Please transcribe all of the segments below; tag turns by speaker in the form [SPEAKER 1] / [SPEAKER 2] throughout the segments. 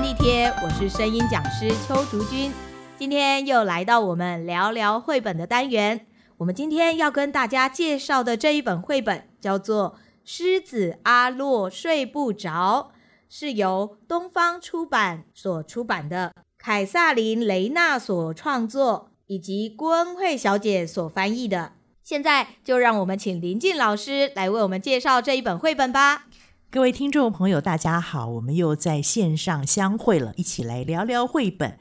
[SPEAKER 1] 我是声音讲师邱竹君。今天又来到我们聊聊绘本的单元。我们今天要跟大家介绍的这一本绘本叫做《狮子阿洛睡不着》，是由东方出版所出版的，凯撒琳·雷纳所创作，以及郭恩惠小姐所翻译的。现在就让我们请林静老师来为我们介绍这一本绘本吧。
[SPEAKER 2] 各位听众朋友，大家好，我们又在线上相会了，一起来聊聊绘本。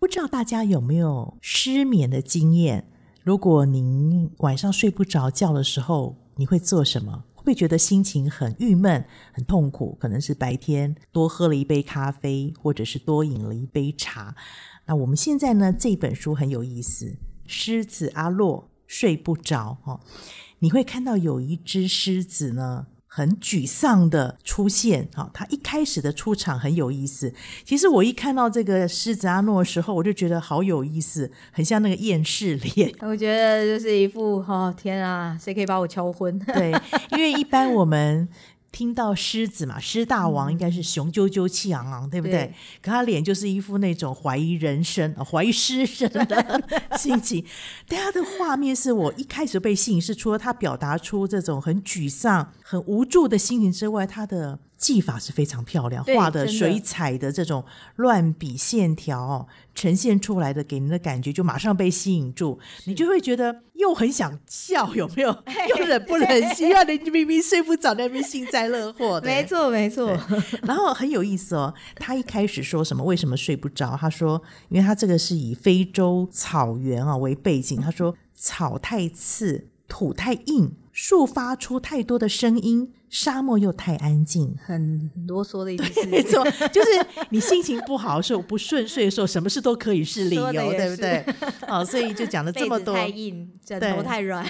[SPEAKER 2] 不知道大家有没有失眠的经验？如果您晚上睡不着觉的时候，你会做什么？会不会觉得心情很郁闷、很痛苦？可能是白天多喝了一杯咖啡，或者是多饮了一杯茶。那我们现在呢？这本书很有意思，《狮子阿洛睡不着》哦。你会看到有一只狮子呢，很沮丧的出现。好、它一开始的出场很有意思。其实我一看到这个狮子阿诺的时候，我就觉得好有意思，很像那个厌世脸。
[SPEAKER 1] 我觉得就是一副哦天啊，谁可以把我敲昏？
[SPEAKER 2] 对，因为一般我们听到狮子嘛，狮大王应该是雄赳赳、气昂昂，对不对？
[SPEAKER 1] 嗯对
[SPEAKER 2] 可他脸就是一副那种怀疑人生、 呃怀疑狮生的心情。 但他的画面是我一开始被吸引，是除了他表达出这种很沮丧、很无助的心情之外，他的技法是非常漂亮，
[SPEAKER 1] 对
[SPEAKER 2] 画的
[SPEAKER 1] 真的
[SPEAKER 2] 水彩的这种乱笔线条、哦、呈现出来的，给人的感觉就马上被吸引住，你就会觉得又很想笑，有 没有？
[SPEAKER 1] 哎
[SPEAKER 2] 又忍不忍心，让人明明睡不着，在那边幸灾乐祸的。
[SPEAKER 1] 没错，没错，
[SPEAKER 2] 然后很有意思哦，他一开始说什么为什么睡不着？他说，因为他这个是以非洲草原啊为背
[SPEAKER 1] 嗯
[SPEAKER 2] 景，他说草太刺，土太硬，树发出太多的声音，沙漠又太安静。
[SPEAKER 1] 很啰嗦的意
[SPEAKER 2] 没
[SPEAKER 1] 思。
[SPEAKER 2] 错，就是你心情不好的时候、不顺遂的时候，什么事都可以是理由，
[SPEAKER 1] 说得也
[SPEAKER 2] 对
[SPEAKER 1] 是
[SPEAKER 2] 不对？哦，所以就讲了这
[SPEAKER 1] 被
[SPEAKER 2] 么
[SPEAKER 1] 子
[SPEAKER 2] 多。
[SPEAKER 1] 太硬，枕
[SPEAKER 2] 对
[SPEAKER 1] 头太软，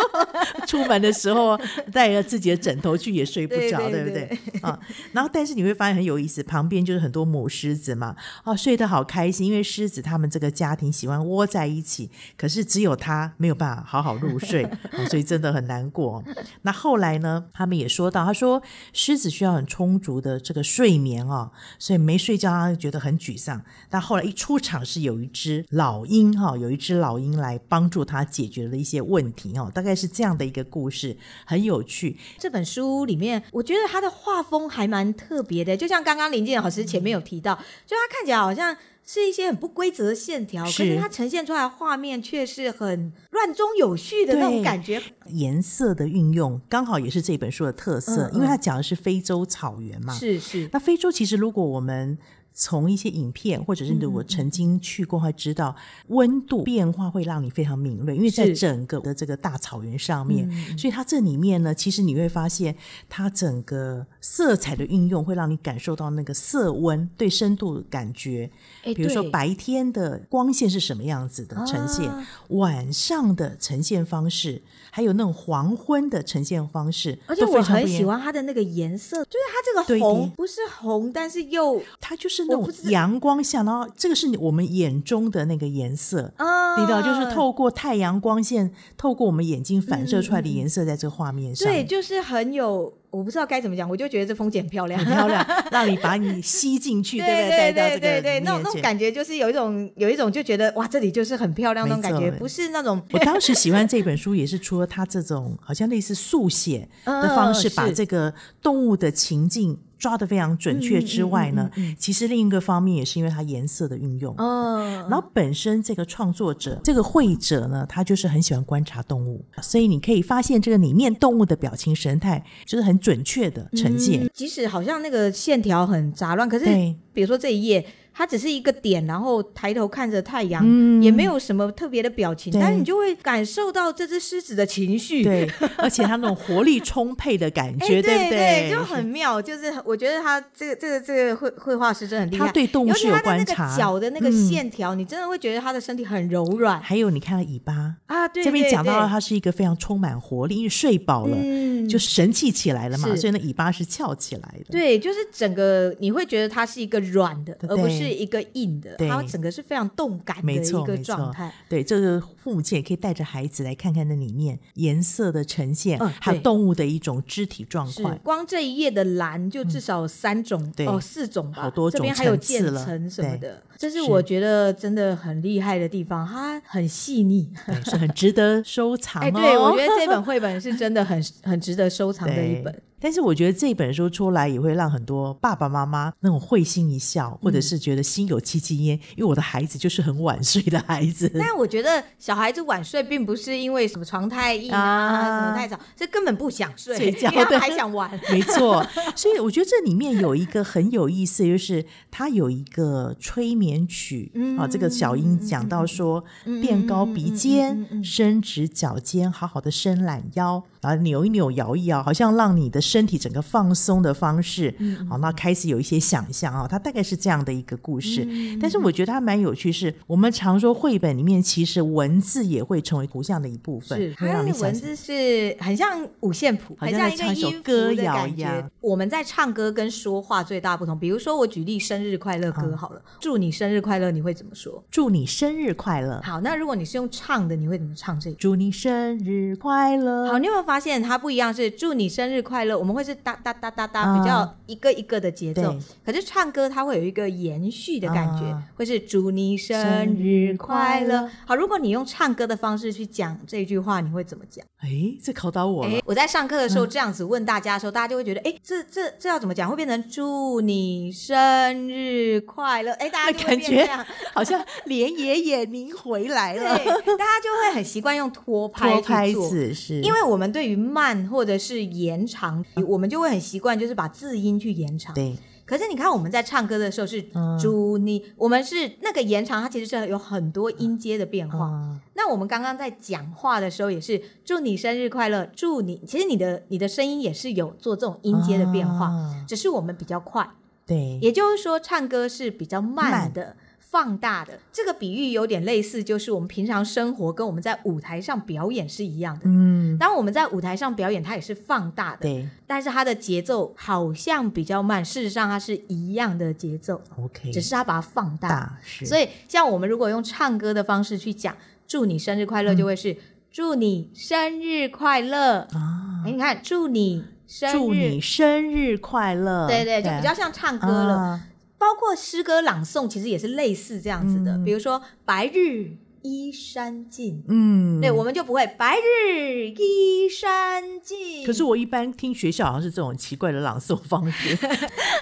[SPEAKER 2] 出门的时候带着自己的枕头去也睡不着，
[SPEAKER 1] 对对
[SPEAKER 2] 不对？啊，然后但是你会发现很有意思，旁边就是很多母狮子嘛，啊，睡得好开心，因为狮子它们这个家庭喜欢窝在一起，可是只有它没有办法好好 入睡，啊所以真的很难过。那后来呢，他们也说到，他说狮子需要很充足的这个睡眠啊、所以没睡觉他就觉得很沮丧。但后来一出场是有一只老鹰哈、有一只老鹰来帮助他解决了一些问题哦，大概是这样的一个故事，很有趣。
[SPEAKER 1] 这本书里面，我觉得它的画风还蛮特别的，就像刚刚林静老师前面有提到，就它看起来好像是一些很不规则的线条，可是
[SPEAKER 2] 是
[SPEAKER 1] 它呈现出来的画面却是很乱中有序的那种
[SPEAKER 2] 对啊
[SPEAKER 1] 感觉。
[SPEAKER 2] 颜色的运用刚好也是这本书的特色，
[SPEAKER 1] 嗯嗯
[SPEAKER 2] 因为它讲的是非洲草原嘛，
[SPEAKER 1] 是是，
[SPEAKER 2] 那非洲其实，如果我们从一些影片，或者是
[SPEAKER 1] 嗯
[SPEAKER 2] 如果曾经去过，会知道温度变化会让你非常敏锐，因为在
[SPEAKER 1] 是嗯
[SPEAKER 2] 整个的这个大草原上面，所以它这里面呢，其实你会发现它整个色彩的运用会让你感受到那个色温对深度的感觉。
[SPEAKER 1] 哎
[SPEAKER 2] 比如说
[SPEAKER 1] 对
[SPEAKER 2] 白天的光线是什么样子的呈现，
[SPEAKER 1] 啊
[SPEAKER 2] 晚上的呈现方式，还有那种黄昏的呈现方式，
[SPEAKER 1] 而且
[SPEAKER 2] 都非
[SPEAKER 1] 我
[SPEAKER 2] 常
[SPEAKER 1] 很
[SPEAKER 2] 不一样
[SPEAKER 1] 喜。欢它的那个颜色，就是它这
[SPEAKER 2] 对
[SPEAKER 1] 个红
[SPEAKER 2] 对
[SPEAKER 1] 不是红，但是又
[SPEAKER 2] 它就是那
[SPEAKER 1] 我
[SPEAKER 2] 种
[SPEAKER 1] 不知
[SPEAKER 2] 阳光下，然后这个是你我们眼中的那个颜色，
[SPEAKER 1] 啊，
[SPEAKER 2] 你知道，就是透过太阳光线，透过我们眼睛反射出来的颜色，在这个画面上，
[SPEAKER 1] 嗯对，就是很有，我不知道该怎么讲，我就觉得这风景很漂亮，
[SPEAKER 2] 很漂亮，让你把你吸进去，不对？带
[SPEAKER 1] 对
[SPEAKER 2] 到这
[SPEAKER 1] 对对
[SPEAKER 2] 个
[SPEAKER 1] 对，那种
[SPEAKER 2] 面
[SPEAKER 1] 那种
[SPEAKER 2] 前
[SPEAKER 1] 感觉就是有一种有一种就觉得哇，这里就是很漂亮那种感觉，
[SPEAKER 2] 没错
[SPEAKER 1] 不是那种
[SPEAKER 2] 我当时喜欢这本书，也是除了它这种好像类似速写的方式，
[SPEAKER 1] 嗯
[SPEAKER 2] 把
[SPEAKER 1] 是
[SPEAKER 2] 这个动物的情境抓得非常准确
[SPEAKER 1] 嗯
[SPEAKER 2] 之外呢，其实另一个方面也是因为它颜色的运用。
[SPEAKER 1] 嗯，
[SPEAKER 2] 然后本身这个创作者、这个绘者呢，他就是很喜欢观察动物，所以你可以发现这个里面动物的表情神态就是很准确的呈现。
[SPEAKER 1] 嗯即使好像那个线条很杂乱，可是
[SPEAKER 2] 对
[SPEAKER 1] 比如说这一页，它只是一个点，然后抬头看着太阳，
[SPEAKER 2] 嗯
[SPEAKER 1] 也没有什么特别的表情，
[SPEAKER 2] 对
[SPEAKER 1] 但是你就会感受到这只狮子的情绪。
[SPEAKER 2] 对，而且他那种活力充沛的感
[SPEAKER 1] 哎，
[SPEAKER 2] 觉，
[SPEAKER 1] 对
[SPEAKER 2] 不
[SPEAKER 1] 就很妙，就是我觉得他这个这个这个绘绘画师真的很厉害，
[SPEAKER 2] 他对动物
[SPEAKER 1] 尤
[SPEAKER 2] 是
[SPEAKER 1] 其
[SPEAKER 2] 有
[SPEAKER 1] 他的那
[SPEAKER 2] 观
[SPEAKER 1] 个
[SPEAKER 2] 察。
[SPEAKER 1] 脚的那个
[SPEAKER 2] 嗯
[SPEAKER 1] 线条，你真的会觉得他的身体很柔软
[SPEAKER 2] 还有你看它尾巴，
[SPEAKER 1] 啊。对，
[SPEAKER 2] 这边
[SPEAKER 1] 对
[SPEAKER 2] 讲到
[SPEAKER 1] 对
[SPEAKER 2] 了它是一个非常充满活力，因为睡饱了、
[SPEAKER 1] 嗯，
[SPEAKER 2] 就神气起来了嘛，
[SPEAKER 1] 是
[SPEAKER 2] 所以那尾巴是翘起来的。
[SPEAKER 1] 对，就是整个你会觉得它是一个软的，
[SPEAKER 2] 对
[SPEAKER 1] 而不是是一个硬的，
[SPEAKER 2] 对
[SPEAKER 1] 它整个是非常动感的
[SPEAKER 2] 没错
[SPEAKER 1] 一个
[SPEAKER 2] 没错
[SPEAKER 1] 状态。
[SPEAKER 2] 对，这个父母亲也可以带着孩子来看看那里面颜色的呈现，
[SPEAKER 1] 嗯
[SPEAKER 2] 还有
[SPEAKER 1] 对
[SPEAKER 2] 动物的一种肢体状
[SPEAKER 1] 是
[SPEAKER 2] 况。
[SPEAKER 1] 光这一页的蓝就至少有三种、
[SPEAKER 2] 嗯对
[SPEAKER 1] 哦，四种吧，
[SPEAKER 2] 好多种
[SPEAKER 1] 这边还有
[SPEAKER 2] 层次
[SPEAKER 1] 渐
[SPEAKER 2] 了
[SPEAKER 1] 层什么
[SPEAKER 2] 对
[SPEAKER 1] 的，这是
[SPEAKER 2] 是
[SPEAKER 1] 我觉得真的很厉害的地方，它很细腻。
[SPEAKER 2] 对，是很值得收藏、哦。
[SPEAKER 1] 哎、对，我觉得这本绘本是真的很 很值得收藏的一
[SPEAKER 2] 对
[SPEAKER 1] 本。。
[SPEAKER 2] 但是我觉得这本书出来也会让很多爸爸妈妈那种会心一笑，或
[SPEAKER 1] 嗯
[SPEAKER 2] 者是觉得心有戚戚焉，因为我的孩子就是很晚睡的孩子。
[SPEAKER 1] 但我觉得小孩子晚睡，并不是因为什么床太硬啊，
[SPEAKER 2] 啊
[SPEAKER 1] 什么太早，这根本不想睡，
[SPEAKER 2] 睡觉
[SPEAKER 1] 因为他
[SPEAKER 2] 对
[SPEAKER 1] 们还想玩。
[SPEAKER 2] 没错，所以我觉得这里面有一个很有意思，就是它有一个催眠曲、
[SPEAKER 1] 嗯
[SPEAKER 2] 啊，这个小英讲到说，垫高鼻尖，
[SPEAKER 1] 嗯
[SPEAKER 2] 伸直脚尖，好好的伸懒腰，然后扭一扭，摇一摇，好像让你的身体整个放松的方式，
[SPEAKER 1] 嗯
[SPEAKER 2] 好，那开始有一些想象啊，它大概是这样的一个故事。
[SPEAKER 1] 嗯
[SPEAKER 2] 但是我觉得它蛮有趣是，我们常说绘本里面其实文字也会成为图像的一部分，
[SPEAKER 1] 是，它
[SPEAKER 2] 会让你
[SPEAKER 1] 的
[SPEAKER 2] 想
[SPEAKER 1] 文
[SPEAKER 2] 象
[SPEAKER 1] 字是很像五线谱，
[SPEAKER 2] 好
[SPEAKER 1] 很
[SPEAKER 2] 像
[SPEAKER 1] 像
[SPEAKER 2] 在
[SPEAKER 1] 一个
[SPEAKER 2] 唱一首
[SPEAKER 1] 音符
[SPEAKER 2] 歌
[SPEAKER 1] 的
[SPEAKER 2] 谣
[SPEAKER 1] 感
[SPEAKER 2] 一
[SPEAKER 1] 觉
[SPEAKER 2] 样。
[SPEAKER 1] 我们在唱歌跟说话最大不同，比如说我举例生日快乐歌
[SPEAKER 2] 嗯
[SPEAKER 1] 好了，祝你生日快乐，你会怎么说？
[SPEAKER 2] 祝你生日快乐。
[SPEAKER 1] 好，那如果你是用唱的，你会怎么唱这个？
[SPEAKER 2] 祝你生日快乐！
[SPEAKER 1] 好，你有没有发现它不一样？是祝你生日快乐，我们会是哒哒哒哒哒，
[SPEAKER 2] 啊
[SPEAKER 1] 比较一个一个的节奏
[SPEAKER 2] 对。
[SPEAKER 1] 可是唱歌它会有一个延续的感觉
[SPEAKER 2] 啊，
[SPEAKER 1] 会是祝你生
[SPEAKER 2] 生
[SPEAKER 1] 日
[SPEAKER 2] 日
[SPEAKER 1] 快
[SPEAKER 2] 快
[SPEAKER 1] 乐
[SPEAKER 2] 乐。
[SPEAKER 1] 好，如果你用唱歌的方式去讲这句话，你会怎么讲？
[SPEAKER 2] 哎，这考倒我了。
[SPEAKER 1] 诶我在上课的时
[SPEAKER 2] 嗯
[SPEAKER 1] 候这样子问大家的时候，大家就会觉得，哎，这这这要怎么讲？会变成祝你生日快乐？哎，大家
[SPEAKER 2] 那
[SPEAKER 1] 就会
[SPEAKER 2] 感
[SPEAKER 1] 变
[SPEAKER 2] 觉
[SPEAKER 1] 这样，
[SPEAKER 2] 好像连爷爷您回来
[SPEAKER 1] 对，
[SPEAKER 2] 了，
[SPEAKER 1] 大家就会很习惯用拖拍
[SPEAKER 2] 拖
[SPEAKER 1] 去
[SPEAKER 2] 拍
[SPEAKER 1] 做。
[SPEAKER 2] 子是
[SPEAKER 1] 因为我们对于慢或者是延长，我们就会很习惯，就是把字音去延长。
[SPEAKER 2] 对
[SPEAKER 1] 可是你看我们在唱歌的时候是
[SPEAKER 2] 嗯
[SPEAKER 1] 祝你，我们是那个延长，它其实是有很多音阶的变化。
[SPEAKER 2] 啊，
[SPEAKER 1] 那我们刚刚在讲话的时候也是祝你生日快乐，祝你，其实你的你的声音也是有做这种音阶的变化，
[SPEAKER 2] 啊
[SPEAKER 1] 只是我们比较快。
[SPEAKER 2] 对，
[SPEAKER 1] 也就是说，唱歌是比较慢
[SPEAKER 2] 慢
[SPEAKER 1] 的、放大的。这个比喻有点类似，就是我们平常生活跟我们在舞台上表演是一样的。
[SPEAKER 2] 嗯，
[SPEAKER 1] 当我们在舞台上表演，它也是放大的，
[SPEAKER 2] 对
[SPEAKER 1] 但是它的节奏好像比较慢，事实上它是一样的节奏，
[SPEAKER 2] ，OK，
[SPEAKER 1] 只是它把它放大。
[SPEAKER 2] 嗯大是，
[SPEAKER 1] 所
[SPEAKER 2] 以
[SPEAKER 1] 以，像我们如果用唱歌的方式去讲“祝你生日快
[SPEAKER 2] 嗯
[SPEAKER 1] 乐”，就会是“祝你生日快乐”
[SPEAKER 2] 啊，
[SPEAKER 1] 哎，你看，祝你生日，
[SPEAKER 2] 祝你生日快乐，
[SPEAKER 1] 对对，就比较像唱歌了。
[SPEAKER 2] 啊
[SPEAKER 1] 包括诗歌朗诵，其实也是类似这样子的，
[SPEAKER 2] 嗯
[SPEAKER 1] 比如说“白日依山尽”，
[SPEAKER 2] 嗯，
[SPEAKER 1] 对，我们就不会“白日依山尽”。
[SPEAKER 2] 可是我一般听学校好啊像是这种奇怪的朗诵方式，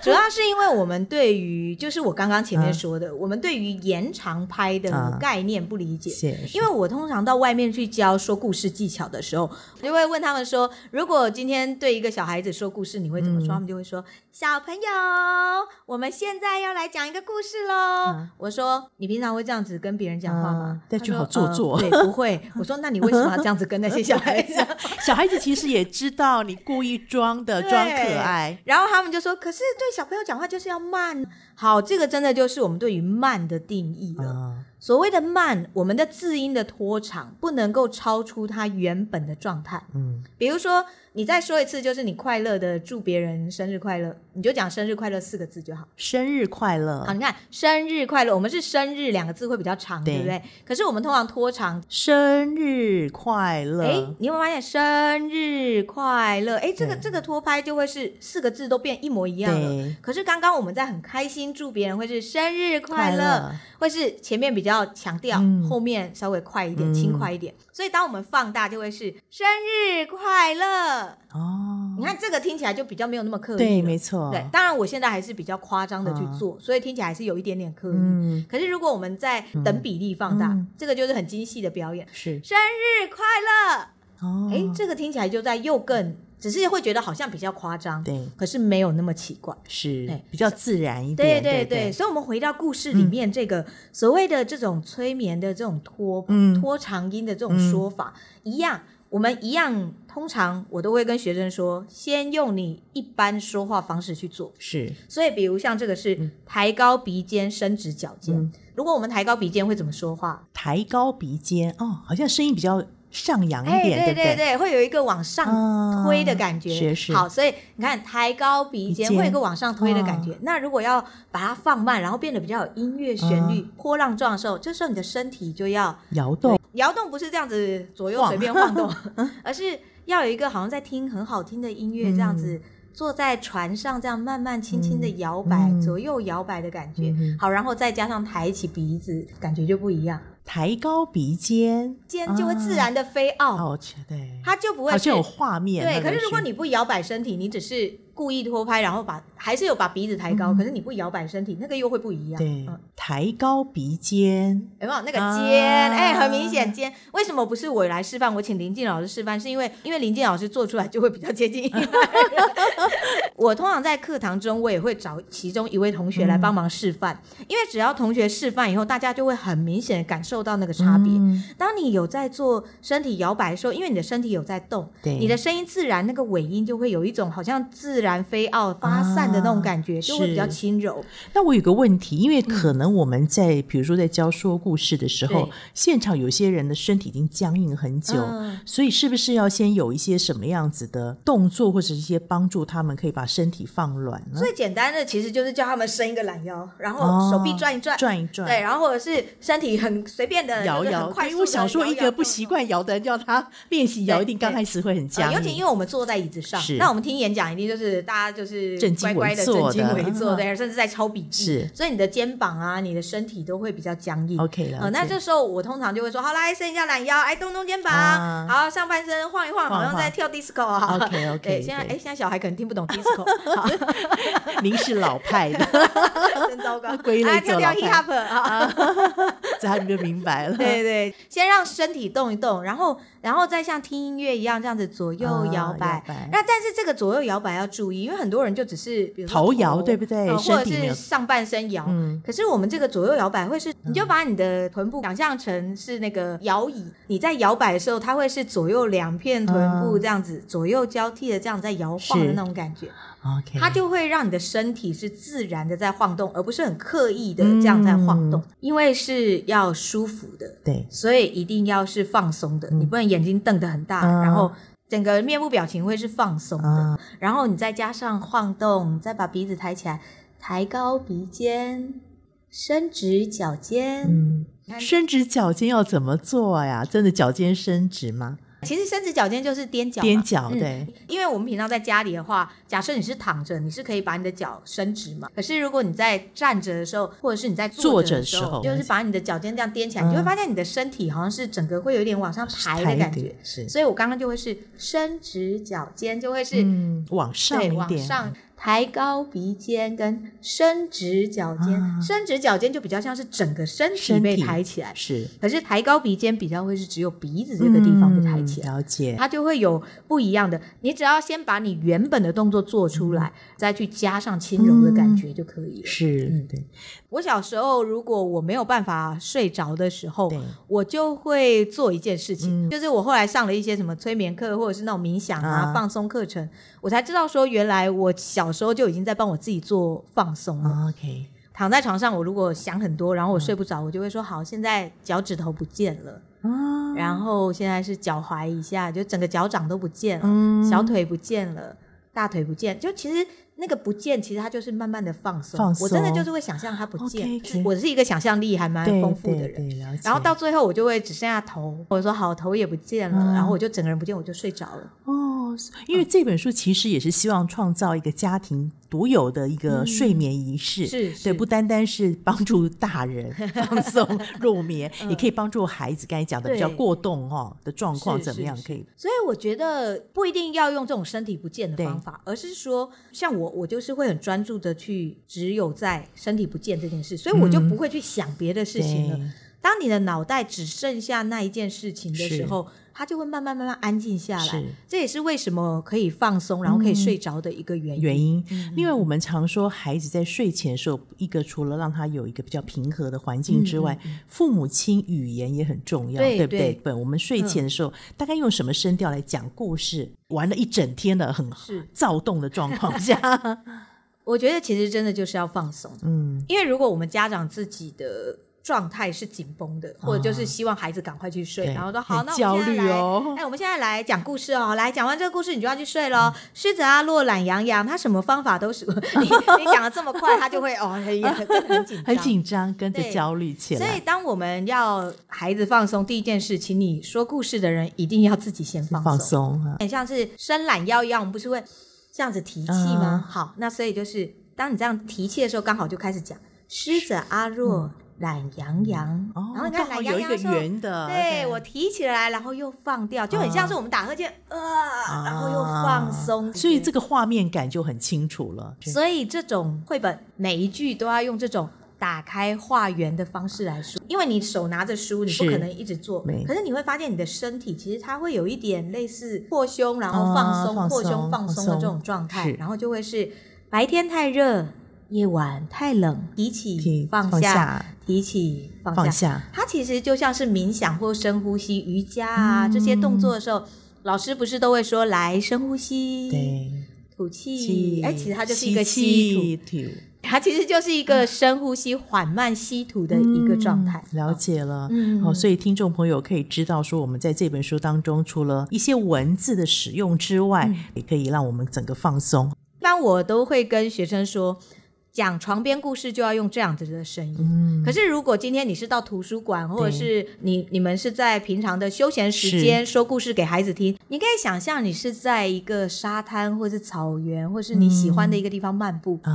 [SPEAKER 1] 主要是因为我们对于，就是我刚刚前面说的，我们对于延长拍的
[SPEAKER 2] 嗯
[SPEAKER 1] 概念不理解。
[SPEAKER 2] 谢 谢
[SPEAKER 1] 因为我通常到外面去教说故事技巧的时候，我就会问他们说：如果今天对一个小孩子说故事，你会怎
[SPEAKER 2] 嗯
[SPEAKER 1] 么说？他们就会说：小朋友，我们现在要来讲一个故事喽。
[SPEAKER 2] 嗯
[SPEAKER 1] 我说：你平常会这样子跟别人讲话吗
[SPEAKER 2] 嗯？那
[SPEAKER 1] 他
[SPEAKER 2] 就
[SPEAKER 1] 说
[SPEAKER 2] 好做作
[SPEAKER 1] 呃对，不会。我说：那你为什么要这样子跟那些小孩子？
[SPEAKER 2] 小孩子其实也知道你故意装的
[SPEAKER 1] 嗯对
[SPEAKER 2] 装可爱，
[SPEAKER 1] 然后他们就说：“可是对小朋友讲话就是要慢。”好，这个真的就是我们对于慢的定义了。
[SPEAKER 2] 啊，
[SPEAKER 1] 所谓的慢，我们的字音的拖长不能够超出它原本的状态。
[SPEAKER 2] 嗯，
[SPEAKER 1] 比如说，你再说一次，就是你快乐的祝别人生日快乐，你就讲“生日快乐”四个字就好。
[SPEAKER 2] 生日快
[SPEAKER 1] 好，
[SPEAKER 2] 乐，
[SPEAKER 1] 你看“生日快乐”，我们是“生日”两个字会比较长，对
[SPEAKER 2] 对
[SPEAKER 1] 不对？可是我们通常拖长。
[SPEAKER 2] 生日快
[SPEAKER 1] 哎
[SPEAKER 2] 乐，，
[SPEAKER 1] 你有没有发现“生日快乐”？哎，这个
[SPEAKER 2] 嗯对
[SPEAKER 1] 这个拖拍就会是四个字都变一模一样了。
[SPEAKER 2] 对，
[SPEAKER 1] 可是刚刚我们在很开心祝别人会是生日快
[SPEAKER 2] 快
[SPEAKER 1] 乐，，会是前面比较强调，
[SPEAKER 2] 嗯
[SPEAKER 1] 后面稍微快一点、
[SPEAKER 2] 嗯
[SPEAKER 1] 轻快一点。所以当我们放大就会是生日快乐。
[SPEAKER 2] 哦，
[SPEAKER 1] 你看这个听起来就比较没有那么刻意了，
[SPEAKER 2] 对，没错，
[SPEAKER 1] 对当然我现在还是比较夸张的去做，所以听起来还是有一点点刻意。
[SPEAKER 2] 嗯，
[SPEAKER 1] 可是如果我们在等比例放大，
[SPEAKER 2] 嗯
[SPEAKER 1] 这个就是很精细的表演。
[SPEAKER 2] 是
[SPEAKER 1] 生日快乐，
[SPEAKER 2] 哦，
[SPEAKER 1] 哎、这个听起来就在又更，只是会觉得好像比较夸张，
[SPEAKER 2] 对
[SPEAKER 1] 可是没有那么奇怪。对
[SPEAKER 2] 是比较自然一
[SPEAKER 1] 对
[SPEAKER 2] 点，
[SPEAKER 1] 对
[SPEAKER 2] 对嗯
[SPEAKER 1] 对，，所以我们回到故事里面，这个所谓的这种催眠的这种拖、
[SPEAKER 2] 嗯
[SPEAKER 1] 拖长音的这种说法，一样，我们一样，通常我都会跟学生说，先用你一般说话方式去做。
[SPEAKER 2] 是
[SPEAKER 1] 所以，比如像这个
[SPEAKER 2] 嗯
[SPEAKER 1] 是抬高鼻尖，伸直脚尖。如果我们抬高鼻尖会怎么说话？
[SPEAKER 2] 抬高鼻尖哦，好像声音比较上扬一
[SPEAKER 1] 哎，
[SPEAKER 2] 点，
[SPEAKER 1] 对
[SPEAKER 2] 不
[SPEAKER 1] 对？对，会有一个往上
[SPEAKER 2] 啊
[SPEAKER 1] 推的感觉。
[SPEAKER 2] 学识
[SPEAKER 1] 好，所以你看抬高鼻尖
[SPEAKER 2] 鼻尖
[SPEAKER 1] 会有一个往上推的感觉。
[SPEAKER 2] 啊
[SPEAKER 1] 那如果要把它放慢，然后变得比较有音乐旋
[SPEAKER 2] 啊
[SPEAKER 1] 律、波浪状的时候，这时候你的身体就要
[SPEAKER 2] 摇动，
[SPEAKER 1] 摇动，不是这样子左右
[SPEAKER 2] 晃
[SPEAKER 1] 随便晃 动，而是要有一个好像在听很好听的音乐、这样子。坐在船上，这样慢慢轻轻的摇摆、
[SPEAKER 2] 嗯嗯
[SPEAKER 1] 左右摇摆的感觉，
[SPEAKER 2] 嗯哼
[SPEAKER 1] 好，然后再加上抬起鼻子，感觉就不一样，
[SPEAKER 2] 抬高鼻尖，
[SPEAKER 1] 肩就会自
[SPEAKER 2] 啊
[SPEAKER 1] 然的飞傲，
[SPEAKER 2] 哦，对，
[SPEAKER 1] 它就不会
[SPEAKER 2] 好
[SPEAKER 1] 是
[SPEAKER 2] 像有画面那
[SPEAKER 1] 对，
[SPEAKER 2] 个。
[SPEAKER 1] 可是如果你不摇摆身体，你只是故意拖拍，然后把还是有把鼻子抬高，可是你不摇摆身体，那个又会不一样。
[SPEAKER 2] 嗯对
[SPEAKER 1] 嗯
[SPEAKER 2] 抬高鼻尖，
[SPEAKER 1] 有没有那个
[SPEAKER 2] 啊
[SPEAKER 1] 肩？哎、很明显肩。为什么不是我来示范？我请林静老师示范，是因为因为林静老师做出来就会比较接近一般 人。 我通常在课堂中，我也会找其中一位同学来
[SPEAKER 2] 嗯
[SPEAKER 1] 帮忙示范，因为只要同学示范以后，大家就会很明显地感受到那个差别。
[SPEAKER 2] 嗯
[SPEAKER 1] 当你有在做身体摇摆的时候，因为你的身体有在动，
[SPEAKER 2] 对
[SPEAKER 1] 你的声音自然那个尾音就会有一种好像自然飞傲发散的那种感觉，
[SPEAKER 2] 啊
[SPEAKER 1] 就会比较
[SPEAKER 2] 是
[SPEAKER 1] 轻柔。
[SPEAKER 2] 那我有个问题，因为
[SPEAKER 1] 嗯
[SPEAKER 2] 可能我们在、比如说在教说故事的时候
[SPEAKER 1] 对，
[SPEAKER 2] 现场有些人的身体已经僵硬很久，
[SPEAKER 1] 嗯
[SPEAKER 2] 所以是不是要先有一些什么样子的动作或者一些帮助他们可以把身体放软呢？
[SPEAKER 1] 最简单的其实就是叫他们伸一个懒腰，然后手臂转一转，
[SPEAKER 2] 哦转一转，
[SPEAKER 1] 对，然后或者是身体很随便的
[SPEAKER 2] 摇
[SPEAKER 1] 就是
[SPEAKER 2] 摇。
[SPEAKER 1] 很快
[SPEAKER 2] 对，
[SPEAKER 1] 速
[SPEAKER 2] 我
[SPEAKER 1] 的
[SPEAKER 2] 想说，一个不习惯摇的人，叫 他练习摇，
[SPEAKER 1] 对
[SPEAKER 2] 一定刚
[SPEAKER 1] 对
[SPEAKER 2] 开始会很
[SPEAKER 1] 嗯呃
[SPEAKER 2] 僵
[SPEAKER 1] 尤其
[SPEAKER 2] 硬。
[SPEAKER 1] 因为我们坐在椅子上
[SPEAKER 2] 是，
[SPEAKER 1] 那我们听演讲一定就是大家就是
[SPEAKER 2] 正襟
[SPEAKER 1] 乖乖
[SPEAKER 2] 危
[SPEAKER 1] 的
[SPEAKER 2] 坐
[SPEAKER 1] 正
[SPEAKER 2] 的
[SPEAKER 1] 襟危坐，
[SPEAKER 2] 啊
[SPEAKER 1] 对，甚至在抄笔记，
[SPEAKER 2] 是
[SPEAKER 1] 所以你的肩膀啊、你的身体都会比较僵硬。
[SPEAKER 2] OK 了解、
[SPEAKER 1] 呃，那这时候我通常就会说，好来伸一下懒腰，哎，动动肩膀，
[SPEAKER 2] 啊
[SPEAKER 1] 好上半身晃一晃，
[SPEAKER 2] 晃一
[SPEAKER 1] 好像在
[SPEAKER 2] 晃
[SPEAKER 1] 跳 disco 啊。
[SPEAKER 2] OK OK，
[SPEAKER 1] 对，现在哎，现在小孩可能听不懂 disco，好
[SPEAKER 2] 您是老派的，
[SPEAKER 1] 真糟糕。
[SPEAKER 2] 归类
[SPEAKER 1] 啊，
[SPEAKER 2] 做
[SPEAKER 1] 跳跳
[SPEAKER 2] 老
[SPEAKER 1] hip
[SPEAKER 2] 派
[SPEAKER 1] hop 啊，
[SPEAKER 2] 这样你就明白 了。
[SPEAKER 1] 对对，先让身体动一动，然后然后再像听音乐一样这样子左右
[SPEAKER 2] 啊
[SPEAKER 1] 摇摆。
[SPEAKER 2] 摆
[SPEAKER 1] 那但是这个左右摇摆要注意，因为很多人就只是比如说
[SPEAKER 2] 头摇对不对
[SPEAKER 1] 呃
[SPEAKER 2] 身
[SPEAKER 1] 或者
[SPEAKER 2] 体没有
[SPEAKER 1] 是上半身摇，
[SPEAKER 2] 嗯，
[SPEAKER 1] 可是我们这个左右摇摆会是，你就把你的臀部想象成是那个摇椅，你在摇摆的时候，它会是左右两片臀部
[SPEAKER 2] 嗯
[SPEAKER 1] 这样子、左右交替的这样在摇晃的
[SPEAKER 2] 是嗯
[SPEAKER 1] 那种感觉，
[SPEAKER 2] OK，
[SPEAKER 1] 它就会让你的身体是自然的在晃动，而不是很刻意的
[SPEAKER 2] 嗯
[SPEAKER 1] 这样在晃动，因为是要舒服的，
[SPEAKER 2] 对。
[SPEAKER 1] 所以一定要是放松的，
[SPEAKER 2] 嗯
[SPEAKER 1] 你不能眼睛瞪得很大，
[SPEAKER 2] 嗯
[SPEAKER 1] 然后整个面部表情会是放松的，
[SPEAKER 2] 啊、
[SPEAKER 1] 然后你再加上晃动，再把鼻子抬起来，抬高鼻尖，伸直脚尖。
[SPEAKER 2] 嗯
[SPEAKER 1] 你看
[SPEAKER 2] 伸直脚尖要怎么做呀？真的脚尖伸直吗？
[SPEAKER 1] 其实伸直脚尖就是踮脚嘛，
[SPEAKER 2] 踮脚，
[SPEAKER 1] 嗯
[SPEAKER 2] 对，
[SPEAKER 1] 因为我们平常在家里的话，假设你是躺着，你是可以把你的脚伸直嘛。可是如果你在站着的时候，或者是你在坐着的时候，
[SPEAKER 2] 坐着的时
[SPEAKER 1] 就是
[SPEAKER 2] 候
[SPEAKER 1] 把你的脚尖这样踮起来，
[SPEAKER 2] 嗯
[SPEAKER 1] 你就会发现你的身体好像是整个会有一点往上抬
[SPEAKER 2] 抬
[SPEAKER 1] 的
[SPEAKER 2] 一
[SPEAKER 1] 感觉
[SPEAKER 2] 点。是，
[SPEAKER 1] 所以我刚刚就会是伸直脚尖，就会是、
[SPEAKER 2] 嗯，往上
[SPEAKER 1] 对
[SPEAKER 2] 一
[SPEAKER 1] 往
[SPEAKER 2] 点，
[SPEAKER 1] 上抬高鼻尖跟伸直脚尖，
[SPEAKER 2] 啊
[SPEAKER 1] 伸直脚尖就比较像是整个身体
[SPEAKER 2] 身
[SPEAKER 1] 被
[SPEAKER 2] 体
[SPEAKER 1] 抬起来，
[SPEAKER 2] 是
[SPEAKER 1] 可是抬高鼻尖比较会是只有鼻子这个地方被抬起来。
[SPEAKER 2] 嗯了解，
[SPEAKER 1] 它就会有不一样的。你只要先把你原本的动作做出来，
[SPEAKER 2] 嗯
[SPEAKER 1] 再去加上轻柔的感觉就可以了。
[SPEAKER 2] 是，
[SPEAKER 1] 嗯
[SPEAKER 2] 对
[SPEAKER 1] 我小时候，如果我没有办法睡着的时候，
[SPEAKER 2] 对嗯
[SPEAKER 1] 我就会做一件事情，就是我后来上了一些什么催眠课，或者是那种冥想啊、
[SPEAKER 2] 啊
[SPEAKER 1] 放松课程，我才知道说，原来我小时候就已经在帮我自己做放松了。
[SPEAKER 2] 啊，OK，嗯
[SPEAKER 1] 躺在床上，我如果想很多，然后我睡不着，我就会说好，现在脚趾头不见了，
[SPEAKER 2] 啊，
[SPEAKER 1] 然后现在是脚踝一下，就整个脚掌都不见了，
[SPEAKER 2] 嗯，
[SPEAKER 1] 小腿不见了，大腿不见，就其实那个不见，其实它就是慢慢的放松。
[SPEAKER 2] 放松
[SPEAKER 1] 我真的就是会想象它不见
[SPEAKER 2] OK，OK
[SPEAKER 1] 我是一个想象力还蛮
[SPEAKER 2] 对
[SPEAKER 1] 丰富的
[SPEAKER 2] 对
[SPEAKER 1] 人。
[SPEAKER 2] 对了解，
[SPEAKER 1] 然后到最后，我就会只剩下头，我说好，头也不见了，
[SPEAKER 2] 嗯
[SPEAKER 1] 然后我就整个人不见，我就睡着了。
[SPEAKER 2] 哦，因为这本书其实也是希望创造一个家庭独有的一个睡眠仪式，
[SPEAKER 1] 嗯是是
[SPEAKER 2] 对，不单单是帮助大 人放松入眠，也可以帮助孩子。刚才讲的比较
[SPEAKER 1] 嗯对
[SPEAKER 2] 过动哦的状况
[SPEAKER 1] 是
[SPEAKER 2] 怎么
[SPEAKER 1] 是
[SPEAKER 2] 样
[SPEAKER 1] 是
[SPEAKER 2] 可以？
[SPEAKER 1] 所以我觉得不一定要用这种身体不见的方法，而是说，像我，我就是会很专注的去只有在身体不见这件事，所以我就
[SPEAKER 2] 嗯
[SPEAKER 1] 不会去想别的事情了。
[SPEAKER 2] 对，
[SPEAKER 1] 当你的脑袋只剩下那一件事情的时候，它就会慢慢慢慢安静下来
[SPEAKER 2] 是。嗯
[SPEAKER 1] 这也是为什么可以放松，然后可以睡着的一个原因。
[SPEAKER 2] 原因，
[SPEAKER 1] 嗯
[SPEAKER 2] 因为我们常说孩子在睡前的时候，一个除了让他有一个比较平和的环境之外，父母亲语言也很重
[SPEAKER 1] 嗯
[SPEAKER 2] 要，
[SPEAKER 1] 对对
[SPEAKER 2] 不
[SPEAKER 1] 嗯
[SPEAKER 2] 对？本我们睡前的时候，大概用什么声调来讲故事？玩了一整天的很
[SPEAKER 1] 是
[SPEAKER 2] 躁动的状况下，
[SPEAKER 1] 我觉得其实真的就是要放松，
[SPEAKER 2] 嗯，
[SPEAKER 1] 因为如果我们家长自己的。状态是紧绷的，或者就是希望孩子赶快去睡，
[SPEAKER 2] 啊对
[SPEAKER 1] 然后说好，
[SPEAKER 2] 很
[SPEAKER 1] 那
[SPEAKER 2] 焦
[SPEAKER 1] 我们现在
[SPEAKER 2] 虑
[SPEAKER 1] 来，
[SPEAKER 2] 哦
[SPEAKER 1] 哎，我们现在来讲故事哦，来讲完这个故事你就要去睡喽。
[SPEAKER 2] 嗯
[SPEAKER 1] 狮子阿洛懒洋洋，他什么方法都是 你你讲的这么快，他就会哦，很很 很紧张，
[SPEAKER 2] 很紧张，跟着
[SPEAKER 1] 对
[SPEAKER 2] 焦虑起
[SPEAKER 1] 所以，
[SPEAKER 2] 来，
[SPEAKER 1] 当我们要孩子放松，第一件事，请你说故事的人一定要自己先放松，
[SPEAKER 2] 放松啊，
[SPEAKER 1] 很像是伸懒腰一样，我们不是会这样子提气吗？
[SPEAKER 2] 嗯
[SPEAKER 1] 好，那所以就是当你这样提气的时候，刚好就开始讲狮子阿若懒洋洋，
[SPEAKER 2] 嗯哦
[SPEAKER 1] 然后，你
[SPEAKER 2] 刚
[SPEAKER 1] 看
[SPEAKER 2] 好
[SPEAKER 1] 懒洋
[SPEAKER 2] 有一
[SPEAKER 1] 洋
[SPEAKER 2] 个
[SPEAKER 1] 的时候。
[SPEAKER 2] 圆啊的，
[SPEAKER 1] 对我提起来，然后又放掉，就很像是我们打呵欠，呃，
[SPEAKER 2] 啊
[SPEAKER 1] 然后又放松。
[SPEAKER 2] 所以这个画面感就很清楚了。
[SPEAKER 1] 所以这种绘本每一句都要用这种打开画圆的方式来说，因为你手拿着书，你不
[SPEAKER 2] 是
[SPEAKER 1] 可能一直做
[SPEAKER 2] 没。
[SPEAKER 1] 可是你会发现你的身体其实它会有一点类似扩胸，然后放松、
[SPEAKER 2] 啊放
[SPEAKER 1] 扩
[SPEAKER 2] 松
[SPEAKER 1] 胸放松的这种状
[SPEAKER 2] 放
[SPEAKER 1] 态
[SPEAKER 2] 松，是
[SPEAKER 1] 然后就会是白天太热，夜晚太冷，提起
[SPEAKER 2] 提
[SPEAKER 1] 放
[SPEAKER 2] 放
[SPEAKER 1] 下，
[SPEAKER 2] 下
[SPEAKER 1] 提起放下。
[SPEAKER 2] 放下，
[SPEAKER 1] 它其实就像是冥想或深呼吸、瑜伽啊、
[SPEAKER 2] 嗯
[SPEAKER 1] 这些动作的时候，老师不是都会说来深呼吸，
[SPEAKER 2] 对，
[SPEAKER 1] 吐气，哎，其实它就是一个吸吐
[SPEAKER 2] 吸气吐
[SPEAKER 1] 它其实就是一个深呼吸、缓慢吸吐的一个状态。啊
[SPEAKER 2] 嗯了解了，
[SPEAKER 1] 嗯
[SPEAKER 2] 好、所以听众朋友可以知道说，我们在这本书当中，除了一些文字的使用之外，
[SPEAKER 1] 嗯
[SPEAKER 2] 也可以让我们整个放松。
[SPEAKER 1] 一般我都会跟学生说，讲床边故事就要用这样子的声音。
[SPEAKER 2] 嗯
[SPEAKER 1] 可是如果今天你是到图书馆，或者是你你们是在平常的休闲时间说故事给孩子听，你可以想象你是在一个沙滩，或是草原，或是你喜欢的
[SPEAKER 2] 嗯
[SPEAKER 1] 一个地方漫步。
[SPEAKER 2] 啊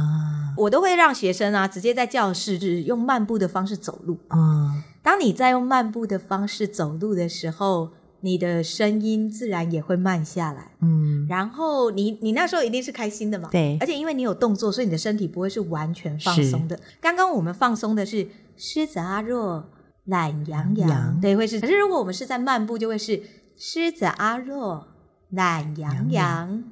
[SPEAKER 1] 我都会让学生啊，直接在教室就是用漫步的方式走路。
[SPEAKER 2] 啊，
[SPEAKER 1] 当你在用漫步的方式走路的时候，你的声音自然也会慢下来。
[SPEAKER 2] 嗯，
[SPEAKER 1] 然后你你那时候一定是开心的嘛？
[SPEAKER 2] 对
[SPEAKER 1] 而且因为你有动作，所以你的身体不会是完全放松的。刚刚我们放松的是狮子阿若懒洋洋，
[SPEAKER 2] 懒洋
[SPEAKER 1] 对，会是。可是如果我们是在漫步，就会是狮子阿若懒洋洋，
[SPEAKER 2] 洋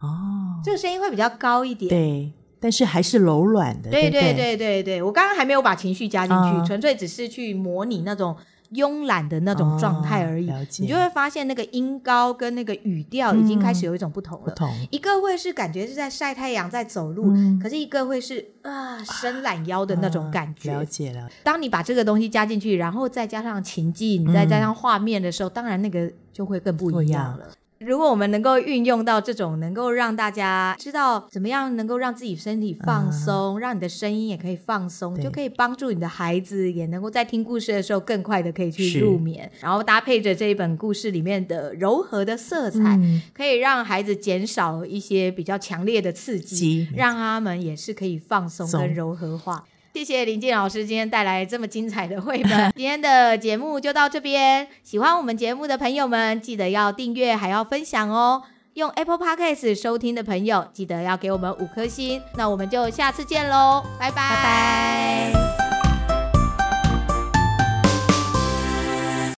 [SPEAKER 2] 哦，
[SPEAKER 1] 这个声音会比较高一点。
[SPEAKER 2] 对，但是还是柔软的，
[SPEAKER 1] 对
[SPEAKER 2] 对
[SPEAKER 1] 对
[SPEAKER 2] 不
[SPEAKER 1] 对对对，我刚刚还没有把情绪加进去，
[SPEAKER 2] 嗯
[SPEAKER 1] 纯粹只是去模拟那种慵懒的那种状态而已。
[SPEAKER 2] 哦了解
[SPEAKER 1] 你就会发现那个音高跟那个语调已经开始有一种不同
[SPEAKER 2] 嗯不
[SPEAKER 1] 了。
[SPEAKER 2] 同，
[SPEAKER 1] 一个会是感觉是在晒太阳在走路，
[SPEAKER 2] 嗯
[SPEAKER 1] 可是一个会是啊伸懒腰的那种感觉。
[SPEAKER 2] 啊了解了，
[SPEAKER 1] 当你把这个东西加进去，然后再加上情境，再加上画面的时候，当然那个就会更不一样了。如果我们能够运用到这种能够让大家知道怎么样能够让自己身体放松，让你的声音也可以放松，
[SPEAKER 2] 对
[SPEAKER 1] 就可以帮助你的孩子也能够在听故事的时候更快的可以去
[SPEAKER 2] 是
[SPEAKER 1] 入眠，然后搭配着这一本故事里面的柔和的色彩，
[SPEAKER 2] 嗯，
[SPEAKER 1] 可以让孩子减少一些比较强烈的刺激
[SPEAKER 2] 激，
[SPEAKER 1] 让他们也是可以放松
[SPEAKER 2] 松
[SPEAKER 1] 跟柔和化。谢谢林静老师今天带来这么精彩的绘本。今天的节目就到这边，喜欢我们节目的朋友们，记得要订阅，还要分享哦。用 Apple Podcast 收听的朋友，记得要给我们五颗星。那我们就下次见喽，拜拜